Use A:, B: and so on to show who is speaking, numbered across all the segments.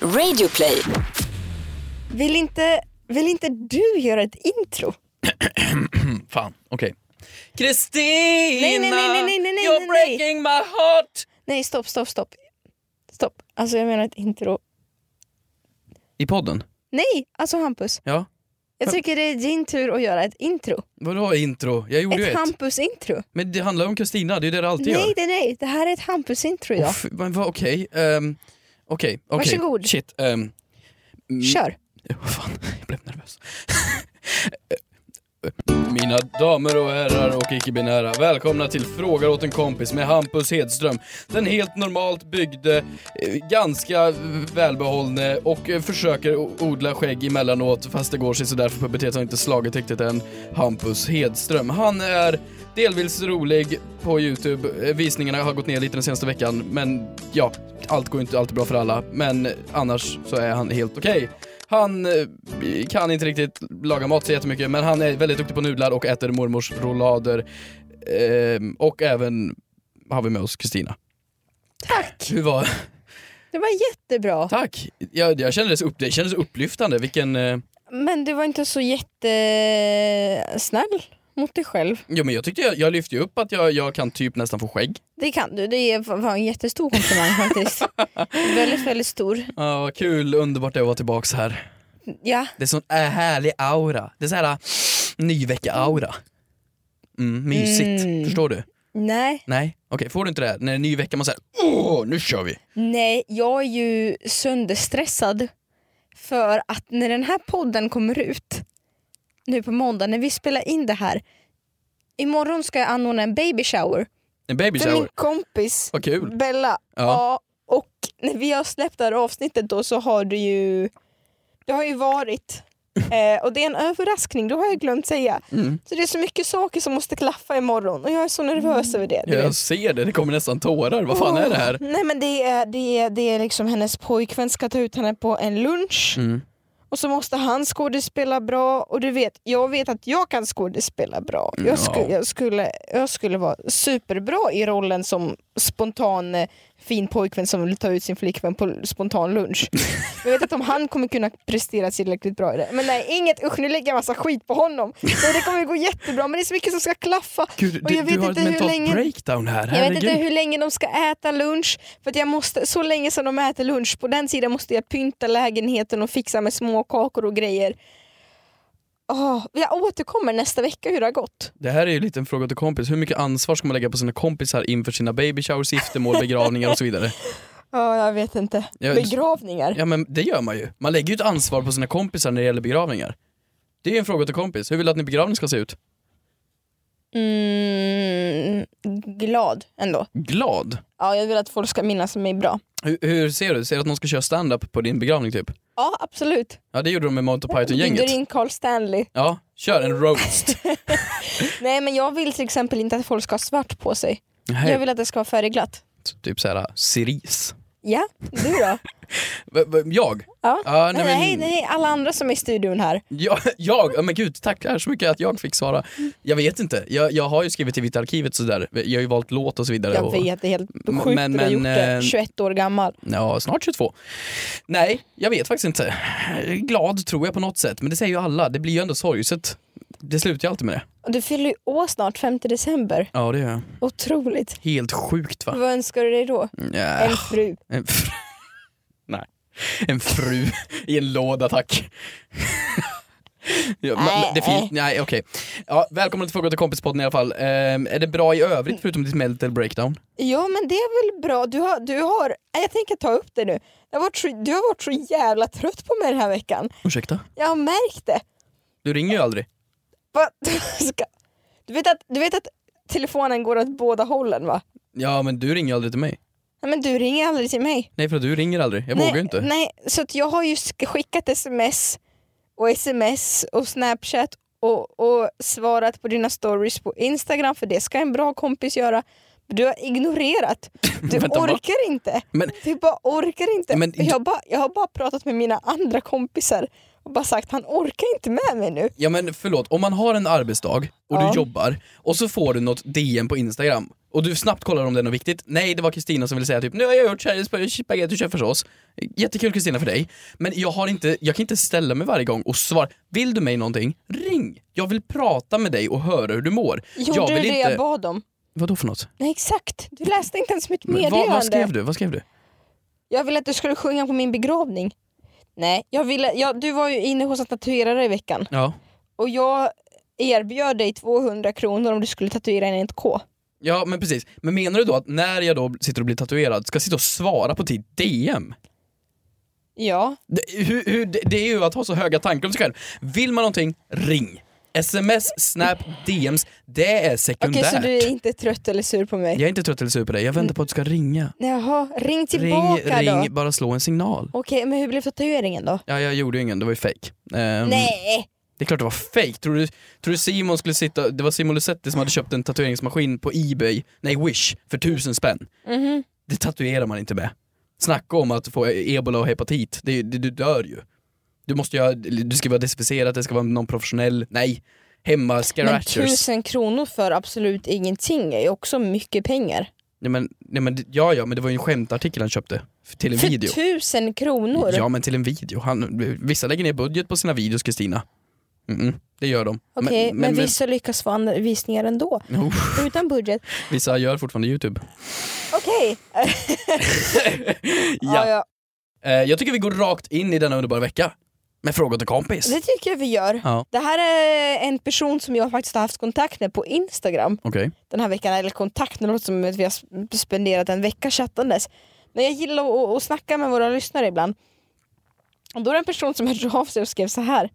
A: Radioplay.
B: Vill inte, vill inte du göra ett intro?
C: Fan, okej. Kristina!
B: Nej, nej, nej, nej, nej, nej, nej,
C: You're
B: nej.
C: breaking my heart!
B: Nej, stopp, stopp, stopp. Stopp. Alltså jag menar ett intro.
C: I podden?
B: Nej, alltså Hampus.
C: Ja.
B: Jag tycker det är din tur att göra ett intro.
C: Vadå intro? Jag gjorde ju
B: Ett
C: ett.
B: Hampus-intro.
C: Men det handlar om Kristina, det är det det alltid
B: Nej,
C: gör.
B: det, nej, det här är ett Hampus-intro idag.
C: Uff, men vad okej. ehm, Okej, okej.
B: Varsågod.
C: Shit. ehm, mm,
B: Kör.
C: Åh, fan, jag blev nervös. Mina damer och herrar och icke-binära, välkomna till Frågar åt en kompis med Hampus Hedström. Den helt normalt byggde, eh, ganska eh, välbehållne och eh, försöker o- odla skägg emellanåt fast det går sig sådär för pubertet har inte slagit riktigt än, Hampus Hedström. Han är delvis rolig på Youtube, Eh, visningarna har gått ner lite den senaste veckan men ja, allt går ju inte alltid bra för alla men annars så är han helt okej. Han eh, kan inte riktigt laga mat så jättemycket men han är väldigt duktig på nudlar och äter mormors rollader. Ehm, och även har vi med oss Kristina.
B: Tack!
C: Hur var
B: Det var jättebra.
C: Tack! Jag, jag kände det så upp, det kändes upplyftande. Vilken... Eh,
B: Men du var inte så jättesnäll mot dig själv.
C: jo men jag tyckte jag, jag lyfte ju upp att jag, jag kan typ nästan få skägg.
B: Det kan du. Det var en jättestor komplimang faktiskt. väldigt, väldigt stor.
C: Ja, vad kul, underbart det är att vara tillbaks här.
B: Ja,
C: Det är sån äh, härlig aura. Det är så här äh, ny vecka-aura. Mm, mysigt.
B: Mm.
C: Förstår du?
B: nej.
C: Nej, okej får du inte det? När det är ny vecka man säger åh nu kör vi!
B: Nej, jag är ju sönderstressad för att när den här podden kommer ut nu på måndag, när vi spelar in det här imorgon ska jag anordna en baby shower
C: En baby
B: för min
C: shower.
B: kompis
C: Vad kul.
B: Bella.
C: Ja.
B: och när vi har släppt det här avsnittet då så har det ju det har ju varit eh, och det är en överraskning, det har jag glömt säga.
C: Mm.
B: Så det är så mycket saker som måste klaffa imorgon och jag är så nervös
C: Mm.
B: över det. du vet.
C: Jag ser det, det kommer nästan tårar. Vad fan är det här?
B: Nej men det är, det är, det är liksom hennes pojkvän ska ta ut henne på en lunch
C: Mm.
B: och så måste han skådespela bra och du vet, jag vet att jag kan skådespela bra. Jag, sku,
C: Ja.
B: jag, skulle, jag skulle vara superbra i rollen som spontan eh, fin pojkvän som vill ta ut sin flickvän på l- spontan lunch. jag vet inte om han kommer kunna prestera tillräckligt bra i det. Men nej, inget usch nu lägger jag massa skit på honom. Så det kommer gå jättebra men det är så mycket som ska klaffa.
C: Gud,
B: Och
C: du,
B: jag vet
C: du har ett
B: inte hur
C: mentalt
B: länge-
C: breakdown här.
B: Jag vet
C: Herregud.
B: inte hur länge de ska äta lunch, för att jag måste, så länge som de äter lunch, på den sidan måste jag pynta lägenheten och fixa med små kakor och grejer. Oh, jag återkommer nästa vecka hur det har gått.
C: Det här är ju lite en fråga till kompis. Hur mycket ansvar ska man lägga på sina kompisar inför sina baby showers, giftermål, begravningar och så vidare?
B: Ja, jag vet inte.
C: Ja,
B: Begravningar.
C: Ja men det gör man ju. Man lägger ju ett ansvar på sina kompisar när det gäller begravningar. Det är ju en fråga till kompis. Hur vill du att din begravning ska se ut?
B: Mm, glad ändå.
C: Glad?
B: Ja, jag vill att folk ska minnas mig bra.
C: Hur, hur ser du? Ser du att någon ska köra stand-up på din begravning typ?
B: Ja, absolut.
C: Ja det gjorde de med Monty
B: Bjuder
C: Python-gänget.
B: in Carl Stanley.
C: Ja, kör en roast.
B: Nej, men jag vill till exempel inte att folk ska ha svart på sig. Jag
C: Nej,
B: vill att det ska vara färgglatt.
C: typ såhär, cerise.
B: Ja, du då?
C: V- v- Jag?
B: Ja.
C: Ja, nej, men-
B: nej, nej, alla andra som är i studion här.
C: Ja, jag? Ja, men gud, tackar så mycket att jag fick svara. Jag vet inte. Jag, jag har ju skrivit till Vita Arkivet sådär. Jag har ju valt låt och så vidare.
B: Jag
C: och,
B: vet, det är helt
C: Men-
B: sjukt men, du har
C: men,
B: gjort det.
C: eh,
B: 21 år gammal.
C: Ja, snart 22. Nej, jag vet faktiskt inte. Glad tror jag på något sätt, men det säger ju alla. Det blir ju ändå sorgset. Det slutar ju alltid med det.
B: Och Du fyller ju år snart, 5 december.
C: Ja, det gör jag.
B: Otroligt.
C: Helt sjukt va?
B: Vad önskar du dig då?
C: Ja,
B: En fru.
C: en fru. Nej. En fru i en låda, tack. Ja, men- men det fin- Nej, okej. Ja, välkommen till Fråga till kompispodden i alla fall. Ehm, är det bra i övrigt förutom ditt mental breakdown?
B: Ja men det är väl bra. Du har, du har, Nej, jag tänker ta upp det nu. Jag har varit så, du har varit så jävla trött på mig den här veckan.
C: Ursäkta?
B: Jag har märkt det.
C: Du ringer ju aldrig.
B: Va? Ska... Du, vet att, du vet att telefonen går åt båda hållen va?
C: Ja men du ringer ju aldrig till mig.
B: Nej, men du ringer aldrig till mig.
C: Nej för att du ringer aldrig, jag
B: nej,
C: vågar ju inte.
B: Nej, så att jag har ju sk- skickat sms och sms och snapchat och, och svarat på dina stories på Instagram för det ska en bra kompis göra. Men Du har ignorerat. Du
C: Vänta, va?
B: orkar inte.
C: Men-
B: du bara orkar inte.
C: Men-
B: Och jag, bara, jag har bara pratat med mina andra kompisar och bara sagt han orkar inte med mig nu.
C: Ja men förlåt, om man har en arbetsdag och
B: Ja.
C: du jobbar och så får du något DM på Instagram och du snabbt kollar om det är något viktigt. Nej, det var Kristina som ville säga typ nu har jag gjort kärlek på spagetti och köttfärssås. Jättekul Kristina för dig. Men jag, har inte, jag kan inte ställa mig varje gång och svara vill du mig någonting? Ring! Jag vill prata med dig och höra hur du mår. jag
B: Gjorde du
C: vill
B: det jag bad om?
C: Vadå för något?
B: Nej exakt, du läste inte ens mitt
C: Men
B: meddelande.
C: Vad, vad skrev du? Vad skrev du?
B: Jag ville att du skulle sjunga på min begravning. Nej, jag ville, ja, du var ju inne hos en tatuerare i veckan
C: Ja.
B: och jag erbjöd dig 200 kronor om du skulle tatuera en 1K.
C: Ja men precis, men menar du då att när jag då sitter och blir tatuerad ska jag sitta och svara på ditt DM?
B: Ja,
C: Det, hur, hur, det, det är ju att ha så höga tankar om sig själv. Vill man någonting, ring. Sms, snap, DMs, det är
B: okej
C: sekundärt.
B: så du är inte trött eller sur på mig?
C: Jag är inte trött eller sur på dig, jag väntar på att du ska ringa.
B: Jaha, ring
C: Ring,
B: tillbaka då.
C: ring, bara slå en signal.
B: Okej, men hur blev tatueringen då?
C: Ja, jag gjorde ju ingen, det var ju fake.
B: Mm.
C: Ehm,
B: Nej!
C: Det är klart det var fake. Tror du, tror du Simon skulle sitta, det var Simon Lusetti som hade köpt en tatueringsmaskin på Ebay, nej Wish, för tusen spänn.
B: Mhm.
C: Det tatuerar man inte med. Snacka om att få ebola och hepatit, det, det, du dör ju. Du måste göra, du ska vara desinficerad, det ska vara någon professionell, nej. Hemma,
B: Men
C: scratchers.
B: tusen kronor för absolut ingenting är ju också mycket pengar.
C: Nej, men, nej, men, ja ja, men det var ju en skämtartikel han köpte. f- Till en
B: För
C: video.
B: tusen kronor?
C: Ja men till en video. Han, vissa lägger ner budget på sina videos Kristina. Mm -mm, det gör de.
B: Okej, men, vissa lyckas få andra visningar ändå.
C: Oh,
B: Utan budget.
C: vissa gör fortfarande YouTube.
B: Okej!
C: Ja.
B: ja.
C: Eh, Jag tycker vi går rakt in i denna underbara vecka med frågor till kompis.
B: Det tycker jag vi gör.
C: Ja.
B: Det här är en person som jag faktiskt har haft kontakt med på Instagram
C: Okej.
B: den här veckan. Eller kontakt, det låter som att vi har sp- spenderat en vecka chattandes. Men jag gillar att, att snacka med våra lyssnare ibland. Och då är det en person som hörde av sig och skrev så här.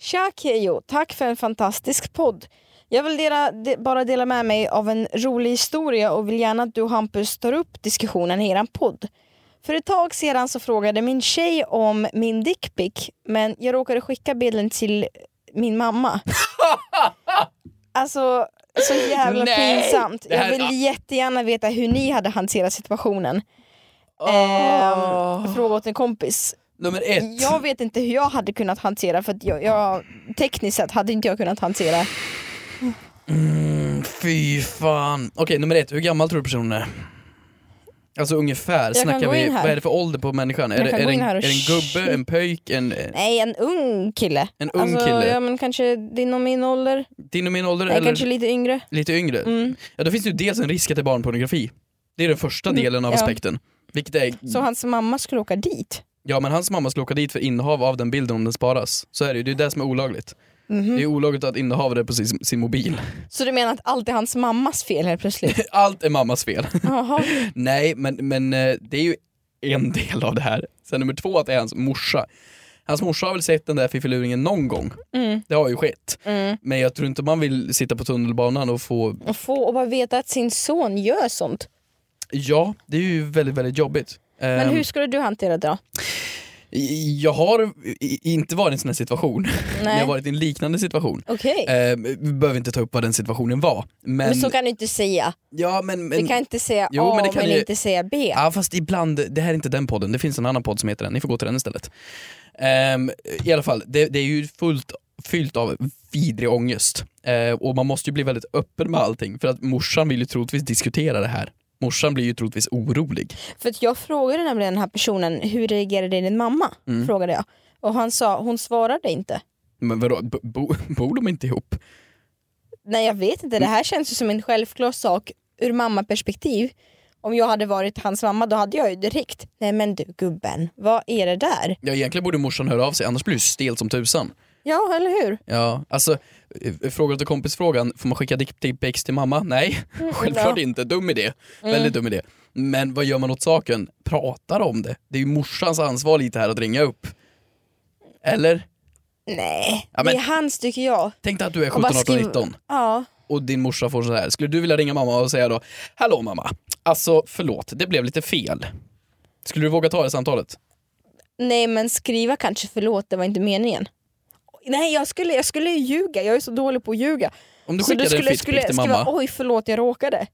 B: Tja Keyyo, tack för en fantastisk podd. Jag vill dela, de, bara dela med mig av en rolig historia och vill gärna att du och Hampus tar upp diskussionen i eran podd. För ett tag sedan så frågade min tjej om min dickpic men jag råkade skicka bilden till min mamma. alltså så jävla
C: Nej!
B: pinsamt.
C: Det här-
B: Jag vill jättegärna veta hur ni hade hanterat situationen. Ehm,
C: Åh.
B: fråga åt en kompis.
C: Nummer ett.
B: Jag vet inte hur jag hade kunnat hantera för att jag, jag tekniskt sett hade inte jag kunnat hantera.
C: Mm, fy fan. Okej, nummer ett. Hur gammal tror du personen är? Alltså ungefär,
B: kan
C: snackar
B: gå
C: vi,
B: in här.
C: vad är det för ålder på människan? Är
B: Jag
C: det,
B: kan
C: är
B: gå
C: det, en,
B: in här
C: är
B: och
C: det en gubbe, en pöjk, en,
B: Nej, en ung kille. Alltså,
C: en ung kille?
B: Ja, men kanske din och min ålder.
C: Din och min ålder
B: Nej,
C: eller
B: kanske lite yngre.
C: lite yngre?
B: Mm.
C: Ja, då finns det ju dels en risk att det är barnpornografi. Det är den första
B: Mm,
C: delen av
B: ja.
C: aspekten. Vilket är,
B: Så hans mamma skulle åka dit.
C: ja men hans mamma skulle åka dit för innehav av den bilden om den sparas. Så är det ju, det är det som är olagligt.
B: Mhm.
C: Det är olagligt att inneha det på sin, sin mobil.
B: Så du menar att allt är hans mammas fel helt plötsligt?
C: Allt är mammas fel.
B: Jaha.
C: Nej, men, men eh, det är ju en del av det här. Sen nummer två, att det är hans morsa. Hans morsa har väl sett den där fiffiluringen någon gång.
B: Mm,
C: Det har ju skett.
B: mm.
C: Men jag tror inte man vill sitta på tunnelbanan och få...
B: Och få och bara veta att sin son gör sånt.
C: Ja, det är ju väldigt, väldigt jobbigt.
B: Men
C: Ehm,
B: hur skulle du hantera det då?
C: Jag har i- inte varit i en sån här situation. Men jag
B: Nej.
C: har varit i en liknande situation.
B: Okej.
C: Ehm, vi behöver inte ta upp vad den situationen var. Men,
B: Men så kan du inte säga.
C: ja, men, men,
B: Du kan inte säga
C: Jo,
B: A
C: men
B: men,
C: det kan ju-
B: inte säga B.
C: Ja fast ibland, det här är inte den podden, det finns en annan podd som heter den, ni får gå till den istället. Ehm, I alla fall, det, det är ju fullt, fyllt av vidrig ångest. Ehm, och man måste ju bli väldigt öppen med allting för att morsan vill ju troligtvis diskutera det här. Morsan blir ju troligtvis orolig.
B: För att jag frågade nämligen den här personen, hur reagerade din mamma?
C: Mm.
B: Frågade jag. Och han sa, hon svarade inte.
C: Men vadå, bo, bo, bor de inte ihop?
B: Nej jag vet inte, det
C: Mm.
B: här känns ju som en självklar sak ur mammaperspektiv. Om jag hade varit hans mamma då hade jag ju direkt, nej men du gubben, vad är det där?
C: Ja egentligen borde morsan höra av sig, annars blir det stelt som tusan.
B: Ja eller hur?
C: Ja, alltså eh, frågar du till kompisfrågan, får man skicka dickpics till mamma? Nej, självklart
B: Mm, ja. Mm.
C: inte. Dum idé. Väldigt dum idé. Men vad gör man åt saken? Pratar om det. Det är ju morsans ansvar lite här att ringa upp. Eller?
B: Nej,
C: Ja, men-
B: det är hans tycker jag.
C: Tänk dig att du är
B: Och bara
C: 17, 18,
B: skriv-
C: 19
B: Ja,
C: och din morsa får så här. Skulle du vilja ringa mamma och säga då, hallå mamma, alltså förlåt, det blev lite fel. Skulle du våga ta det samtalet?
B: nej men skriva kanske förlåt, det var inte meningen. Nej jag skulle, jag skulle ju ljuga, jag är så dålig på att ljuga.
C: Om du
B: Så du
C: skickade en
B: skulle,
C: fittpic
B: skulle
C: till mamma. Eh,
B: skriva oj förlåt jag råkade.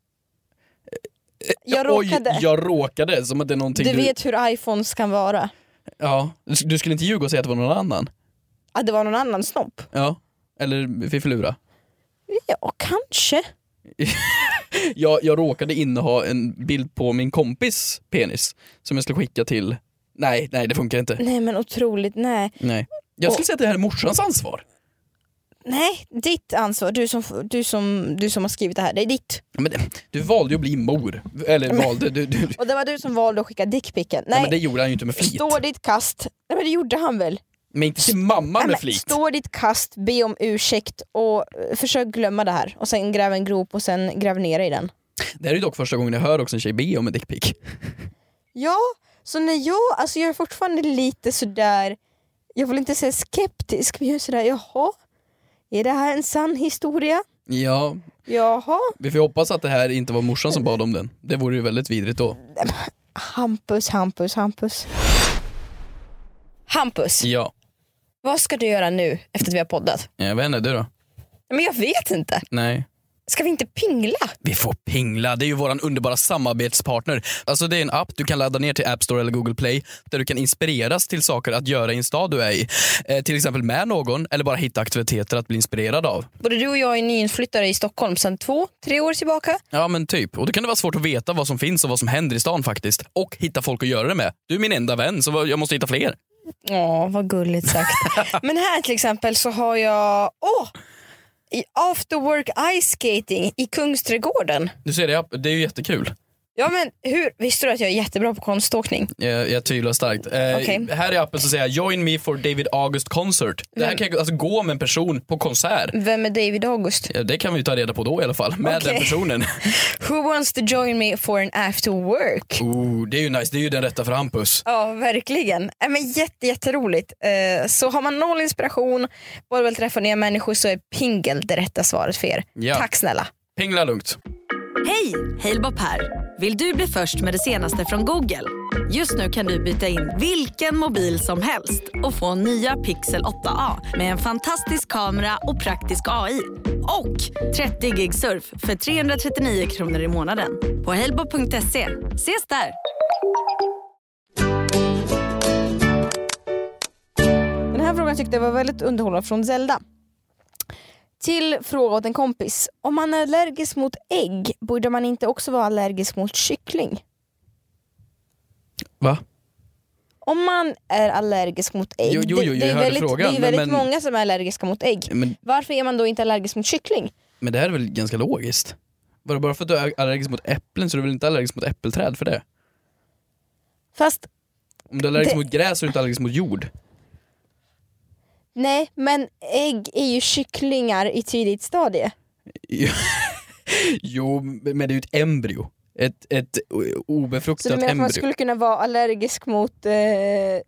B: Jag
C: Oj,
B: råkade.
C: jag råkade. Som att det är någonting
B: Du vet hur iPhones kan vara.
C: Ja, du skulle inte ljuga och säga att det var någon annan.
B: att det var någon annan snopp?
C: Ja. Eller fifflura.
B: Ja, kanske.
C: Jag, jag råkade inneha en bild på min kompis penis som jag skulle skicka till... Nej, nej det funkar inte.
B: Nej men otroligt, nej.
C: Nej. Jag skulle säga att det här är morsans ansvar.
B: Nej, ditt ansvar. Du som, du som, du som har skrivit det här, det är ditt.
C: Men det, du valde ju att bli mor. Eller valde... Du, du, nej.
B: Och det var du som valde att skicka dickpicken.
C: Nej, men
B: Nej,
C: det gjorde han ju inte med flit.
B: står ditt kast. Nej men det gjorde han väl?
C: Men inte till mamma
B: Nej,
C: med
B: men,
C: flit.
B: Står ditt kast, be om ursäkt och eh, försök glömma det här. Och sen gräv en grop och sen gräv ner i den.
C: Det här är ju dock första gången jag hör också en tjej be om en dickpic.
B: Ja, så när jag, alltså jag är fortfarande lite sådär, jag vill inte säga skeptisk, men jag är sådär jaha, är det här en sann historia?
C: Ja,
B: Jaha,
C: vi får ju hoppas att det här inte var morsan som bad om den. Det vore ju väldigt vidrigt då.
B: Hampus, Hampus, Hampus. Hampus,
C: Ja,
B: vad ska du göra nu efter att vi har poddat?
C: jag vet inte, du då?
B: Men jag vet inte.
C: Nej.
B: Ska vi inte pingla?
C: Vi får pingla, det är ju våran underbara samarbetspartner. Alltså det är en app du kan ladda ner till App Store eller Google Play där du kan inspireras till saker att göra i en stad du är i. Eh, till exempel med någon eller bara hitta aktiviteter att bli inspirerad av.
B: Både du och jag är nyinflyttare i Stockholm sedan två, tre år tillbaka.
C: Ja men typ. Och då kan det vara svårt att veta vad som finns och vad som händer i stan faktiskt. Och hitta folk att göra det med. Du är min enda vän så vad- jag måste hitta fler.
B: Ja, vad gulligt sagt. Men här till exempel så har jag, åh! I after work ice skating i Kungsträdgården.
C: Du ser det, det är ju jättekul.
B: Ja men hur, visste du att jag är jättebra på konståkning?
C: Jag, jag tvivlar starkt. Eh,
B: Okej.
C: Här i appen så säger jag “Join me for David August concert”. Det här kan jag alltså gå med en person på konsert.
B: Vem är David August?
C: Ja, Det kan vi ju ta reda på då i alla fall, med
B: Okej.
C: den personen.
B: Who wants to join me for an after work?
C: Ooh, Oh, det är ju nice, det är ju den rätta för Hampus.
B: Ja, verkligen. Äh, men jätte, jätteroligt. Eh, så har man noll inspiration, bara vill träffa nya människor så är pingel det rätta svaret för er.
C: Ja.
B: Tack snälla.
C: Pingla lugnt.
A: Hej! Halebop här. Vill du bli först med det senaste från Google? Just nu kan du byta in vilken mobil som helst och få nya Pixel 8A med en fantastisk kamera och praktisk AI. Och 30 gig surf för 339 kronor i månaden på halebop.se. Ses där!
B: Den här frågan tyckte jag var väldigt underhållande från Zelda. Till fråga åt en kompis. Om man är allergisk mot ägg, borde man inte också vara allergisk mot kyckling?
C: Va?
B: Om man är allergisk mot ägg,
C: Jo, jo, jo,
B: det,
C: jag
B: det är
C: hörde
B: väldigt,
C: frågan,
B: det är
C: men-
B: väldigt
C: men- Mm.
B: många som är allergiska mot ägg.
C: Men,
B: Varför är man då inte allergisk mot kyckling?
C: men det här är väl ganska logiskt? Var det bara för att du är allergisk mot äpplen så är du väl inte allergisk mot äppelträd för det?
B: Fast
C: Om du är allergisk
B: Det-
C: mot gräs så är du inte allergisk mot jord.
B: nej, men ägg är ju kycklingar i tidigt stadie.
C: Jo, men det är ju ett embryo. Ett, ett o-
B: Så du
C: obefruktat
B: menar att man
C: embryo.
B: skulle kunna vara allergisk mot eh,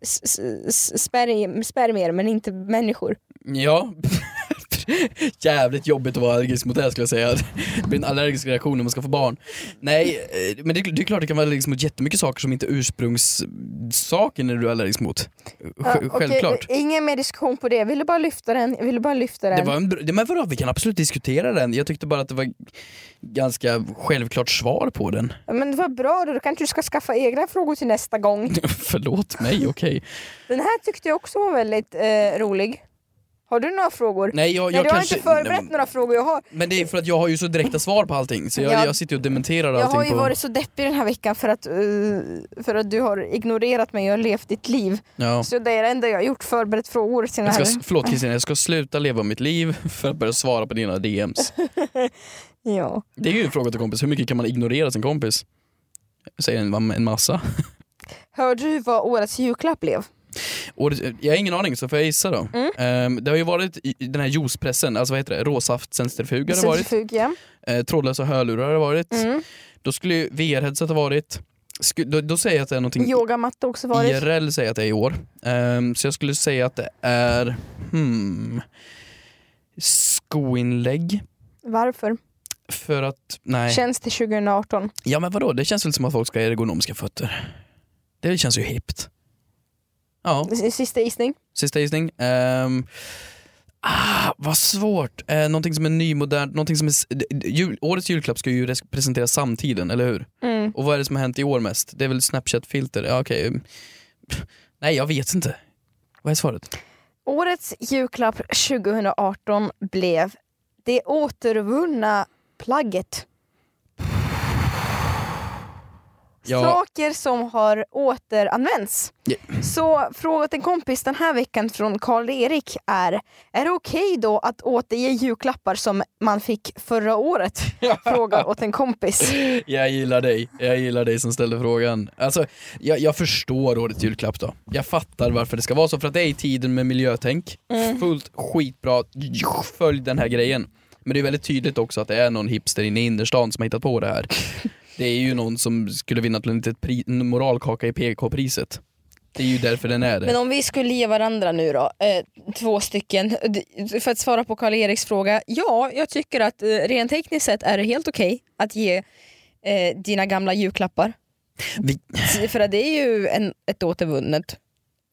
B: s- s- s- sperm- spermier men inte människor?
C: Ja. Jävligt jobbigt att vara allergisk mot det här skulle jag säga. Det blir en allergisk reaktion när man ska få barn. Nej, eh, men det, det är klart det kan vara allergisk mot jättemycket saker som inte är ursprungssaken är du är allergisk mot. Sj-
B: Ja, okej, eh,
C: Självklart.
B: Ingen mer diskussion på det, jag ville bara lyfta den. Jag ville bara lyfta den.
C: Det var en, br- men vadå, vi kan absolut diskutera den. Jag tyckte bara att det var ganska självklart svar på den.
B: Ja, Men det var bra då, då kanske du ska skaffa egna frågor till nästa gång.
C: Förlåt mig, okej.
B: Den här tyckte jag också var väldigt eh, rolig. Har du några frågor?
C: Nej, jag,
B: Nej,
C: jag
B: du har
C: kanske...
B: inte förberett
C: Nej, men-
B: några frågor. Jag har,
C: Men det är för att jag har ju så direkta svar på allting, så jag,
B: Ja.
C: jag sitter ju och dementerar
B: jag har
C: allting
B: ju
C: på...
B: varit så deppig den här veckan för att, eh, för att du har ignorerat mig och jag har levt ditt liv.
C: Ja.
B: Så det är det enda jag har gjort, förberett frågor till den
C: Jag
B: här.
C: ska, förlåt Kristina, jag ska sluta leva mitt liv för att börja svara på dina DMs.
B: Ja.
C: Det är ju en fråga till kompis, hur mycket kan man ignorera sin kompis? Jag säger en, en massa.
B: Hörde du vad årets julklapp blev?
C: Och, det- jag har ingen aning, så får jag gissa då.
B: Mm.
C: Ehm, det har ju varit i- i den här juicepressen, alltså vad heter det, råsaftcentrifuger har det varit,
B: Centrifug, ja.
C: eh, trådlösa hörlurar har det varit,
B: Mm.
C: då skulle ju VR-headset ha varit, Sku, då, då säger jag att det är någonting
B: Yogamatta också varit.
C: IRL säger att det är i år. Ehm, så jag skulle säga att det är, hmm, skoinlägg.
B: Varför?
C: För att, nej.
B: Känns det 2018?
C: Ja men vadå, det känns väl som att folk ska ha ergonomiska fötter. Det känns ju hippt. Ja,
B: S- Sista gissning?
C: sista gissning. Ehm, ah, vad svårt. Eh, någonting som är nymodernt, någonting som är... s- d- d- Jul, årets julklapp ska ju res- presentera samtiden, eller hur?
B: Mm.
C: Och vad är det som har hänt i år mest? Det är eh, väl Snapchat-filter? Ja, okej. Mm. Nej, jag vet inte. Vad är svaret?
B: Årets julklapp 2018 blev det återvunna plagget.
C: Ja.
B: Saker som har återanvänts. Så fråga till en kompis den här veckan från Karl-Erik är Är det okej då att återge julklappar som man fick förra året? Fråga åt en kompis.
C: Jag gillar dig, jag gillar dig som ställde frågan. Alltså, jag, jag förstår årets julklapp då. Jag fattar varför det ska vara så, för att det är i tiden med miljötänk.
B: Mm.
C: Fullt skitbra, följ den här grejen. Men det är väldigt tydligt också att det är någon hipster inne i innerstan som har hittat på det här. Det är ju någon som skulle vinna till en litet pri- en moralkaka i PK-priset. Det är ju därför den är det.
B: Men om vi skulle ge varandra nu då, eh, två stycken, d- för att svara på Karl-Eriks fråga. Ja, jag tycker att eh, rent tekniskt sett är det helt okej att ge eh, dina gamla julklappar.
C: Vi-
B: För att det är ju en, ett återvunnet,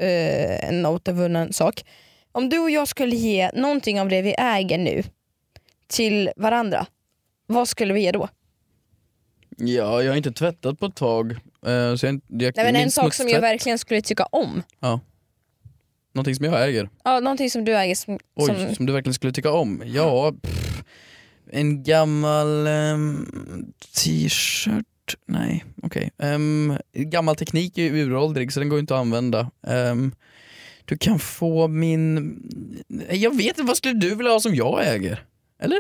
B: eh, en återvunnen sak. Om du och jag skulle ge någonting av det vi äger nu till varandra, vad skulle vi ge då?
C: Ja, jag har inte tvättat på ett tag. eh, Så jag, jag
B: Nej, men
C: min
B: en sak som jag
C: smutstvätt-
B: verkligen skulle tycka om.
C: Någonting som jag äger.
B: Ja, någonting som du äger som...
C: Oj,
B: som
C: som, du verkligen skulle tycka om? Ja, pff, en gammal ehm, t-shirt? Nej, okej. Ehm, gammal teknik är ju uråldrig så den går ju inte att använda. Ehm, du kan få min... eh, Jag vet inte, vad skulle du vilja ha som jag äger? Eller?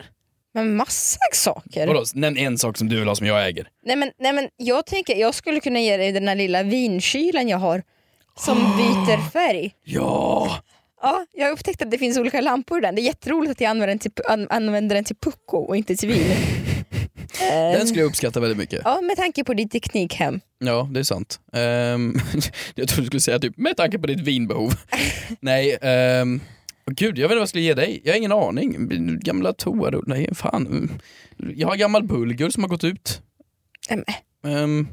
B: men massa saker.
C: Vadå, nämn en sak som du vill ha som jag äger.
B: Nej men, nej men jag tänker jag skulle kunna ge dig den där lilla vinkylen jag har som
C: Ah.
B: byter färg.
C: Ja!
B: Ja, jag upptäckte att det finns olika lampor i den. Det är jätteroligt att jag använder den till, an, använder den till pucko och inte till vin. Eh,
C: Den skulle jag uppskatta väldigt mycket.
B: Ja, med tanke på ditt teknikhem.
C: Ja, det är sant. Ehm, jag trodde du skulle säga typ med tanke på ditt vinbehov. Nej, um, gud jag vet inte vad jag skulle ge dig. Jag har ingen aning. Gamla toarullar, nej fan. Jag har gammal bulgur som har gått ut.
B: Ämen.
C: Um,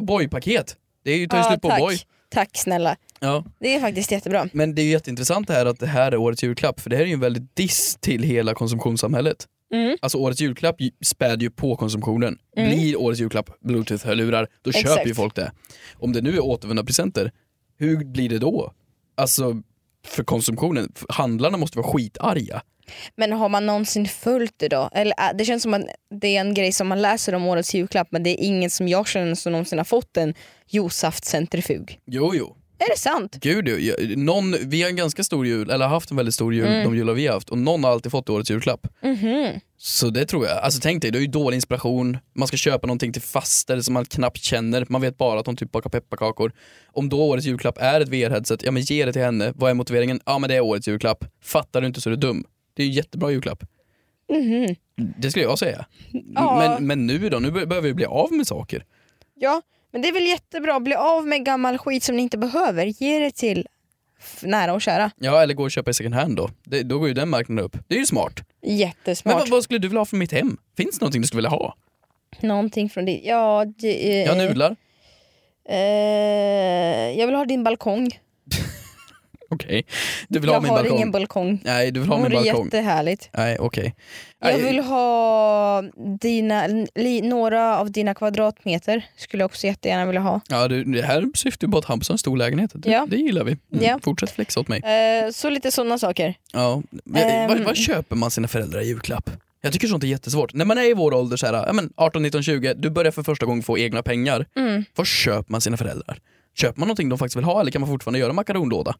C: Boy-paket. Det är ju tar ju
B: äh. Ja,
C: slut på
B: tack.
C: boy.
B: Tack snälla.
C: Ja.
B: Det är faktiskt jättebra.
C: Men det är ju jätteintressant det här att det här är årets julklapp, för det här är ju en väldigt diss till hela konsumtionssamhället.
B: Mm.
C: Alltså årets julklapp ju- späd ju på konsumtionen.
B: Mm.
C: Blir årets julklapp bluetooth-hörlurar, då
B: Exakt.
C: köper ju folk det. Om det nu är återvunna presenter, hur blir det då? Alltså för konsumtionen, F- handlarna måste vara skitarga.
B: Men har man någonsin följt det då? Eller, äh, det känns som att det är en grej som man läser om årets julklapp men det är ingen som jag känner som någonsin har fått en juicesaftcentrifug.
C: Jo, jo.
B: Är det sant?
C: Gud, jo. Jag- någon, vi har en ganska stor jul, eller har haft en väldigt stor jul, de jular vi har haft, och någon har alltid fått årets julklapp.
B: Mm. Mhm.
C: Så det tror jag. Alltså tänk dig, det är ju dålig inspiration, man ska köpa någonting till faster som man knappt känner, man vet bara att hon typ bakar pepparkakor. Om då årets julklapp är ett VR-headset, ja men ge det till henne. Vad är motiveringen? Ja men det är årets julklapp. Fattar du inte så är du dum. Det är ju en jättebra julklapp.
B: Mhm.
C: Det skulle jag säga.
B: Ja.
C: Men, men nu då? Nu be- behöver vi bli av med saker.
B: Ja, men det är väl jättebra. Bli av med gammal skit som ni inte behöver. Ge det till f- nära och kära.
C: Ja eller gå och köpa i second hand då. Det, då går ju den marknaden upp. Det är ju smart. Men
B: Jättesmart.
C: vad, vad skulle du vilja ha från mitt hem? Finns det någonting du skulle vilja ha?
B: Någonting från din... Ja, det, eh,
C: Jag har nudlar.
B: eh, jag vill ha din balkong.
C: Okej. Du vill ha
B: Jag
C: min
B: har
C: balkong?
B: ingen balkong.
C: Nej du vill ha
B: Vore
C: min balkong.
B: jättehärligt.
C: Nej okej.
B: Jag
C: Nej,
B: vill ha dina, li, några av dina kvadratmeter. Skulle jag också jättegärna vilja ha.
C: Ja, du, det här syftar ju på att Hampus har en stor lägenhet. Det,
B: Ja.
C: det gillar vi. Mm.
B: Ja.
C: Fortsätt flexa åt mig.
B: Eh, så lite sådana saker.
C: Ja. Men, eh,
B: Ehm.
C: vad, vad köper man sina föräldrar i julklapp? Jag tycker sånt är jättesvårt. När man är i vår ålder, så här, ja, men 18, 19, 20, du börjar för första gången få egna pengar.
B: Mm.
C: Vad köper man sina föräldrar? Köper man någonting de faktiskt vill ha eller kan man fortfarande göra makaronlåda?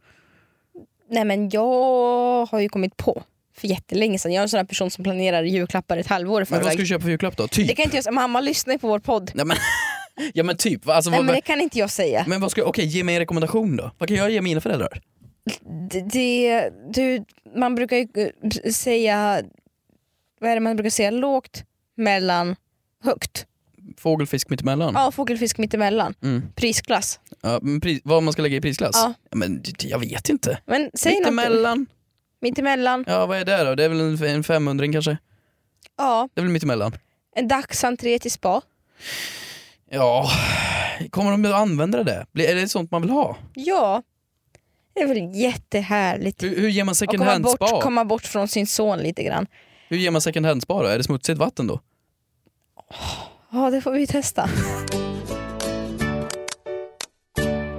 B: Nej men jag har ju kommit på för jättelänge sedan. Jag är en sån här person som planerar julklappar ett halvår i
C: Men vad
B: förväg.
C: ska du köpa för julklapp då? Typ?
B: Det kan inte jag säga. Mamma lyssnar ju på vår podd.
C: Nej, men, ja men typ. Va? Alltså,
B: Nej
C: vad,
B: men det kan inte jag säga.
C: men vad ska, okej, ge mig en rekommendation då. Vad kan jag ge mina föräldrar?
B: Det, det, du, man brukar ju eh, säga, vad är det man brukar säga? Lågt, mellan, högt.
C: Fågel, fisk mittemellan?
B: Ja, fågelfisk mittemellan.
C: Mm.
B: Prisklass.
C: Ja, men pris, vad man ska lägga i prisklass?
B: Ja.
C: Men, det- jag vet inte.
B: Men säg något.
C: Mittemellan?
B: Mittemellan.
C: Ja, vad är det då? Det är väl en, en 500 kanske?
B: Ja,
C: Det är väl mittemellan?
B: en dagsentré till spa.
C: Ja, kommer de att använda det? Blir- Är det sånt man vill ha?
B: Ja, det är väl jättehärligt.
C: Hur, hur ger man
B: Och
C: second
B: komma
C: hand
B: bort,
C: spa?
B: komma bort från sin son lite grann.
C: Hur ger man second hand spa då? Är det smutsigt vatten då?
B: Ja, det får vi testa.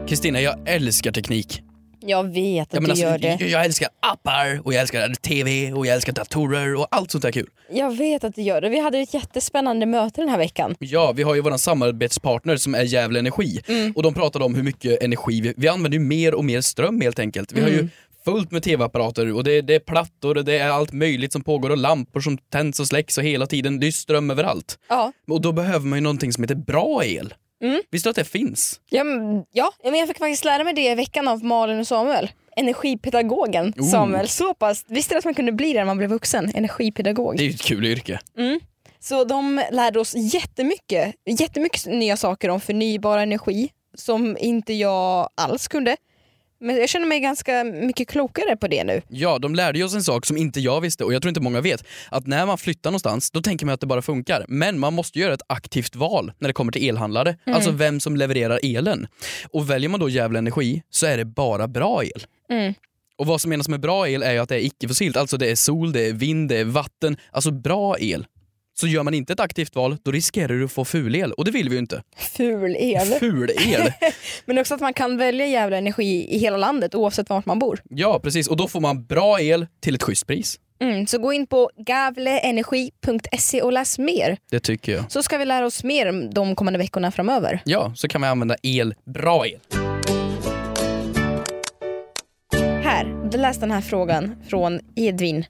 C: Kristina, jag älskar teknik.
B: Jag vet att
C: Jag,
B: du
C: menar,
B: gör
C: alltså,
B: det.
C: jag, jag älskar appar och jag älskar tv och jag älskar datorer och allt sånt där kul.
B: Jag vet att du gör det. Vi hade ett jättespännande möte den här veckan.
C: Ja, vi har ju våran samarbetspartner som är Gävle Energi och de pratade om hur mycket energi vi, vi använder ju mer och mer ström helt enkelt. Vi har ju fullt med tv-apparater och det, det är plattor och det är allt möjligt som pågår och lampor som tänds och släcks och hela tiden, det är ju ström överallt.
B: Ja,
C: Och då behöver man ju någonting som heter bra el.
B: Mm.
C: Visste du att det finns?
B: ja, men- ja men jag fick faktiskt lära mig det i veckan av Malin och Samuel. Energipedagogen
C: Oh.
B: Samuel. Så pass. Visste du att man kunde bli det när man blev vuxen? Energipedagog.
C: Det är ju ett kul yrke.
B: Så de lärde oss jättemycket, jättemycket nya saker om förnybar energi som inte jag alls kunde. Men jag känner mig ganska mycket klokare på det nu.
C: Ja, de lärde ju oss en sak som inte jag visste och jag tror inte många vet. Att när man flyttar någonstans, då tänker man att det bara funkar. Men man måste göra ett aktivt val när det kommer till elhandlare. Alltså vem som levererar elen. Och väljer man då Gävle Energi så är det bara bra el.
B: Mm.
C: Och vad som menas med bra el är ju att det är icke-fossilt. Alltså det är sol, det är vind, det är vatten. Alltså bra el. Så gör man inte ett aktivt val, då riskerar du att få ful el. Och det vill vi ju inte.
B: Ful el.
C: Ful el.
B: Men också att man kan välja jävla energi i hela landet oavsett vart man bor.
C: Ja, precis. Och då får man bra el till ett schysst pris.
B: Mm, så gå in på gavleenergi.se och läs mer.
C: Det tycker jag.
B: Så ska vi lära oss mer om de kommande veckorna framöver.
C: Ja, så kan vi använda el, bra el.
B: Här, du läs den här frågan från Edvin.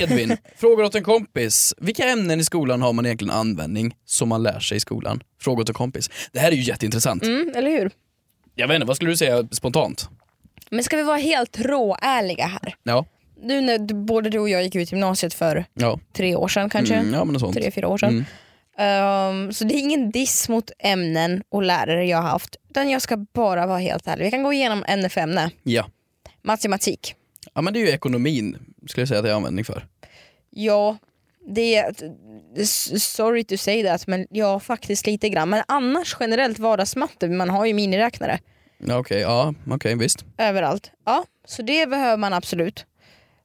C: Edvin. Frågor åt en kompis. Vilka ämnen i skolan har man egentligen användning som man lär sig i skolan? Frågor åt en kompis. Det här är ju jätteintressant.
B: Mm, eller hur?
C: Jag vet inte, vad skulle du säga spontant?
B: Men ska vi vara helt råärliga här?
C: Ja,
B: Nu när du- både du och jag gick ut gymnasiet för
C: ja.
B: tre år sedan kanske.
C: Mm, ja men något sånt.
B: Tre, fyra år sedan.
C: Mm.
B: Ehm, så det är ingen diss mot ämnen och lärare jag har haft. Utan jag ska bara vara helt ärlig. Vi kan gå igenom ämne för ämne.
C: Ja.
B: Matematik.
C: ja, men det är ju ekonomin skulle jag säga att jag har användning för.
B: Ja, det är... s- Sorry to say that, men ja faktiskt lite grann. Men annars generellt vardagsmatte, man har ju miniräknare
C: Ja, Okej, ja, okej, visst.
B: överallt. Ja, så det behöver man absolut.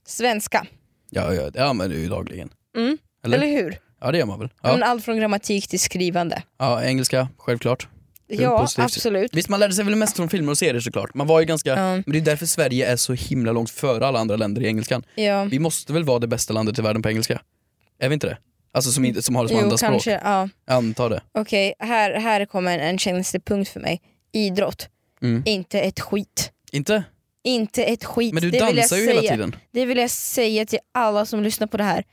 B: Svenska,
C: Ja, ja, det använder jag ju dagligen.
B: Mm.
C: Eller?
B: eller, hur?
C: Ja, det gör man väl.
B: Men
C: Ja,
B: allt från grammatik till skrivande.
C: ja engelska, självklart. är
B: ja,
C: positivt.
B: absolut.
C: Visst, man lärde sig väl mest från filmer och serier såklart. Man var ju ganska...
B: Ja.
C: Men det är därför Sverige är så himla långt före alla andra länder i engelskan.
B: Ja.
C: Vi måste väl vara det bästa landet i världen på engelska? Är vi inte det? Alltså som, inte- som har det som
B: Jo,
C: andra språk.
B: kanske. Ja.
C: Jag Antar det.
B: Okej, här, här kommer en känslig för mig. Idrott.
C: Mm.
B: Inte ett skit.
C: Inte?
B: Inte ett skit.
C: Men du
B: det vill jag
C: dansar ju
B: säga.
C: hela tiden.
B: Det vill jag säga till alla som lyssnar på det här.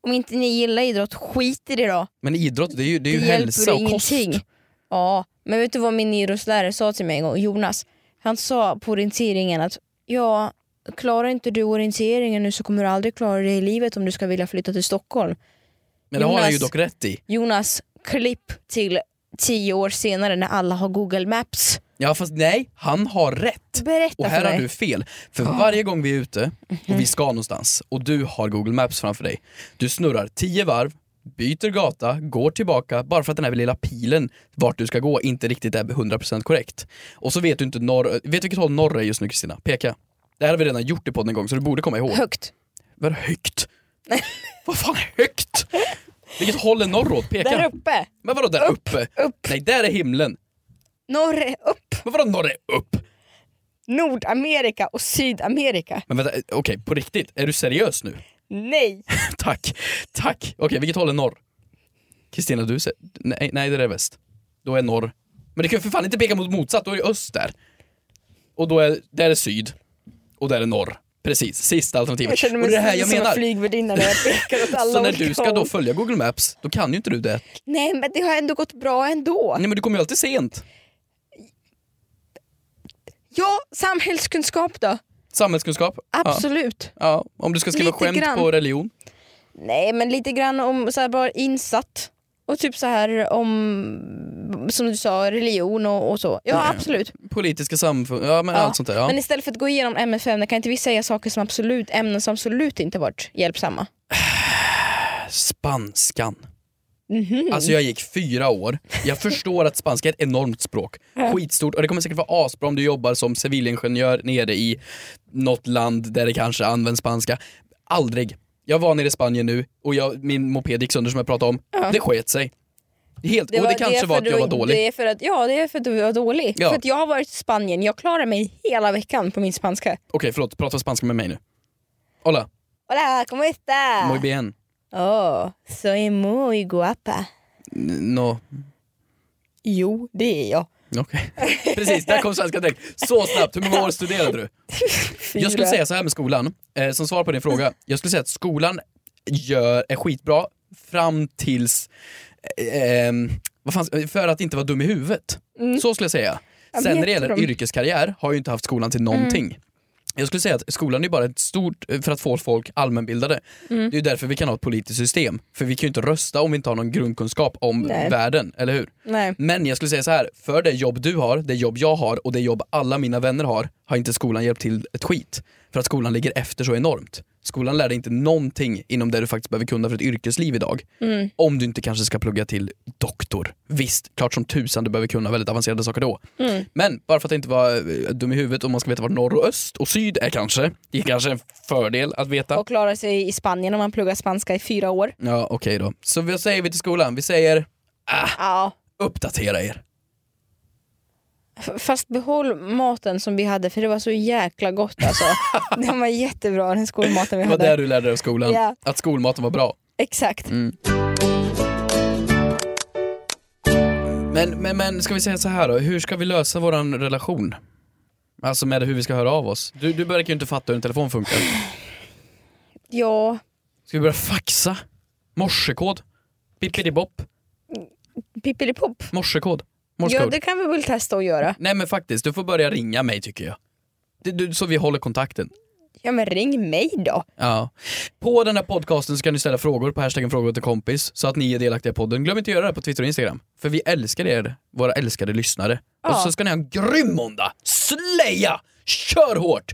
B: Om inte ni gillar idrott, skit i det då.
C: Men idrott, det är ju, det är
B: Det
C: ju hälsa
B: hjälper
C: och
B: ingenting.
C: kost.
B: Ja, men vet du vad min idrottslärare sa till mig en gång? Jonas. Han sa på orienteringen att ja, klarar inte du orienteringen nu så kommer du aldrig klara dig i livet om du ska vilja flytta till Stockholm.
C: Men det har han ju
B: Jonas.
C: dock rätt i.
B: Jonas, klipp till tio år senare när alla har Google Maps.
C: Ja fast nej, han har rätt.
B: Berätta
C: Och
B: för
C: här har
B: mig.
C: du fel. För
B: Ah.
C: varje gång vi är ute
B: Mhm.
C: och vi ska någonstans och du har Google Maps framför dig. Du snurrar tio varv, byter gata, går tillbaka bara för att den här lilla pilen vart du ska gå inte riktigt är 100% korrekt. Och så vet du inte norr... Vet du vilket håll norr är just nu Kristina? Peka. Det här har vi redan gjort i podden en gång så du borde komma ihåg.
B: Högt.
C: Vad är högt? Vad fan är högt? Vilket håll är norråt?
B: Där
C: Peka.
B: uppe.
C: Men vadå där uppe?
B: Upp.
C: Nej, där är himlen.
B: Norr, upp.
C: Men vadå norr är upp?
B: Nordamerika och Sydamerika.
C: Men vänta, eh, okej på riktigt. Är du seriös nu?
B: Nej.
C: Tack, tack. Okej, vilket håll är norr? Kristina, du säger... Nej, nej, det där är väst. Då är norr. Men det kan ju för fan inte peka mot motsatt, då är det öst där. Och då är... Där är syd. Och där är norr. Precis, sista alternativet.
B: Jag känner mig
C: och det är det här jag
B: som en
C: menar.
B: flygvärdinna när jag pekar åt alla
C: Så när
B: olika
C: du ska då
B: håll.
C: följa Google Maps, då kan ju inte du det.
B: Nej men det har ändå gått bra ändå.
C: Nej men du kommer ju alltid sent.
B: Ja, samhällskunskap då.
C: Samhällskunskap?
B: Absolut.
C: Ja. ja. Om du ska skriva
B: Lite
C: skämt
B: grann.
C: på religion?
B: Nej men lite grann om så här bara insatt. Och typ så här om, som du sa, religion och, och så. Ja
C: Nej.
B: absolut.
C: Politiska samfund? Ja men
B: Ja.
C: Mm. allt sånt där. Ja.
B: Men istället för att gå igenom MFM kan inte vi säga saker som absolut, ämnen som absolut inte varit hjälpsamma?
C: Spanskan.
B: Mhm.
C: Alltså jag gick fyra år. Jag förstår att spanska är ett enormt språk. Skitstort och det kommer säkert vara asbra om du jobbar som civilingenjör nere i något land där det kanske används spanska. Aldrig. Jag var nere i Spanien nu och jag, min moped gick sönder som jag pratade om. Det sket sig. Helt, och det kanske var att jag var
B: du,
C: dålig.
B: Det är för att, ja, det är för att du var dålig.
C: Ja.
B: För att jag har varit i Spanien, jag klarar mig hela veckan på min spanska.
C: Okej, förlåt. Prata spanska med mig nu. Hola,
B: Hola, como esta?
C: muy bien.
B: Oh, soy muy guapa.
C: N- No.
B: Jo, det är jag.
C: Okej. Precis, där kom svenska direkt. Så snabbt. Hur många år studerade du? Jag skulle
B: Fyra.
C: säga så här med skolan, eh, som svar på din fråga. Jag skulle säga att skolan gör, är skitbra fram tills... Eh, ehm, vad fan, för att inte vara dum i huvudet. Så skulle jag säga.
B: Mm. Ja,
C: Sen när det
B: jättebra. Mm.
C: gäller yrkeskarriär har jag ju inte haft skolan till någonting. Jag skulle säga att skolan är bara ett stort, eh, för att få folk allmänbildade.
B: Mm.
C: Det är ju därför vi kan ha ett politiskt system. För vi kan ju inte rösta om vi inte har någon grundkunskap om
B: Nej.
C: världen, eller hur?
B: Nej.
C: Men jag skulle säga så här, för det jobb du har, det jobb jag har och det jobb alla mina vänner har, har inte skolan hjälpt till ett skit. För att skolan ligger efter så enormt. Skolan lär dig inte någonting inom det du faktiskt behöver kunna för ett yrkesliv idag. Om du inte kanske ska plugga till doktor. Visst, klart som tusan du behöver kunna väldigt avancerade saker då. Men bara för att inte vara eh, dum i huvudet och man ska veta vart norr och öst och syd är kanske. Det är kanske en fördel att veta.
B: Och klarar sig i Spanien om man pluggar spanska i fyra år.
C: Ja, okej då. Så vad säger vi till skolan? Vi säger
B: Ja.
C: uppdatera er.
B: F- Fast behåll maten som vi hade för det var så jäkla gott alltså. Den var jättebra den skolmaten vi
C: Det var
B: hade.
C: där du Mm. lärde dig av skolan.
B: Ja.
C: Att skolmaten var bra.
B: Exakt.
C: Men, men, men ska vi säga så här då, hur ska vi lösa våran relation? Alltså med hur vi ska höra av oss. Du, du verkar ju inte fatta hur en telefon funkar.
B: Ja,
C: Ska vi börja faxa? Morsekod? Pippidi-bopp?
B: pippelipop.
C: Morsekod?
B: Ja,
C: Morsekod?
B: det kan vi väl testa att göra.
C: Nej men faktiskt, du får börja ringa mig tycker jag. Det, du, så vi håller kontakten.
B: Ja men ring mig då.
C: Ja. På den här podcasten så kan ni ställa frågor på hashtaggen frågor till kompis så att ni är delaktiga i podden. Glöm inte att göra det på Twitter och Instagram. För vi älskar er, våra älskade lyssnare. Och
B: Ja.
C: så ska ni ha en grym måndag! Slaya! Kör hårt!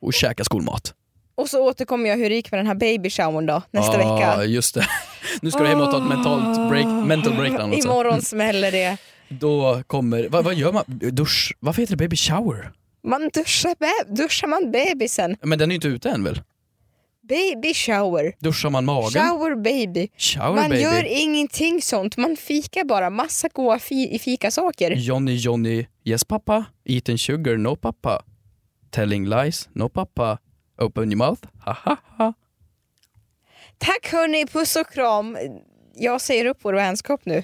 C: Och käka skolmat.
B: Och så återkommer jag hur det gick med den här babyshowern då nästa
C: ah,
B: vecka. Ah.
C: just det. Nu ska du hem och ta ett mentalt break, mental breakdown också. Mm.
B: Imorgon smäller det.
C: Då kommer, vad, vad gör man? Dusch? Varför heter det baby shower?
B: Man duschar, be- duschar man bebisen?
C: Men den är ju inte ute än väl?
B: Baby shower.
C: Duschar man magen?
B: Shower baby.
C: Shower
B: man
C: baby.
B: gör ingenting sånt, man fikar bara massa goa fi- fikasaker.
C: Johnny Johnny, yes pappa, eating sugar, no pappa. Telling lies, no pappa. Open your mouth, ha ha ha.
B: Tack hörni, puss och kram. Jag säger upp vår vänskap nu.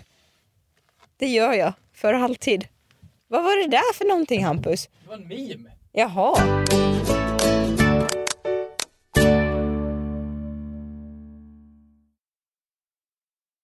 B: Det gör jag, för alltid. Vad var det där för någonting Hampus?
C: Det var en meme.
B: Jaha.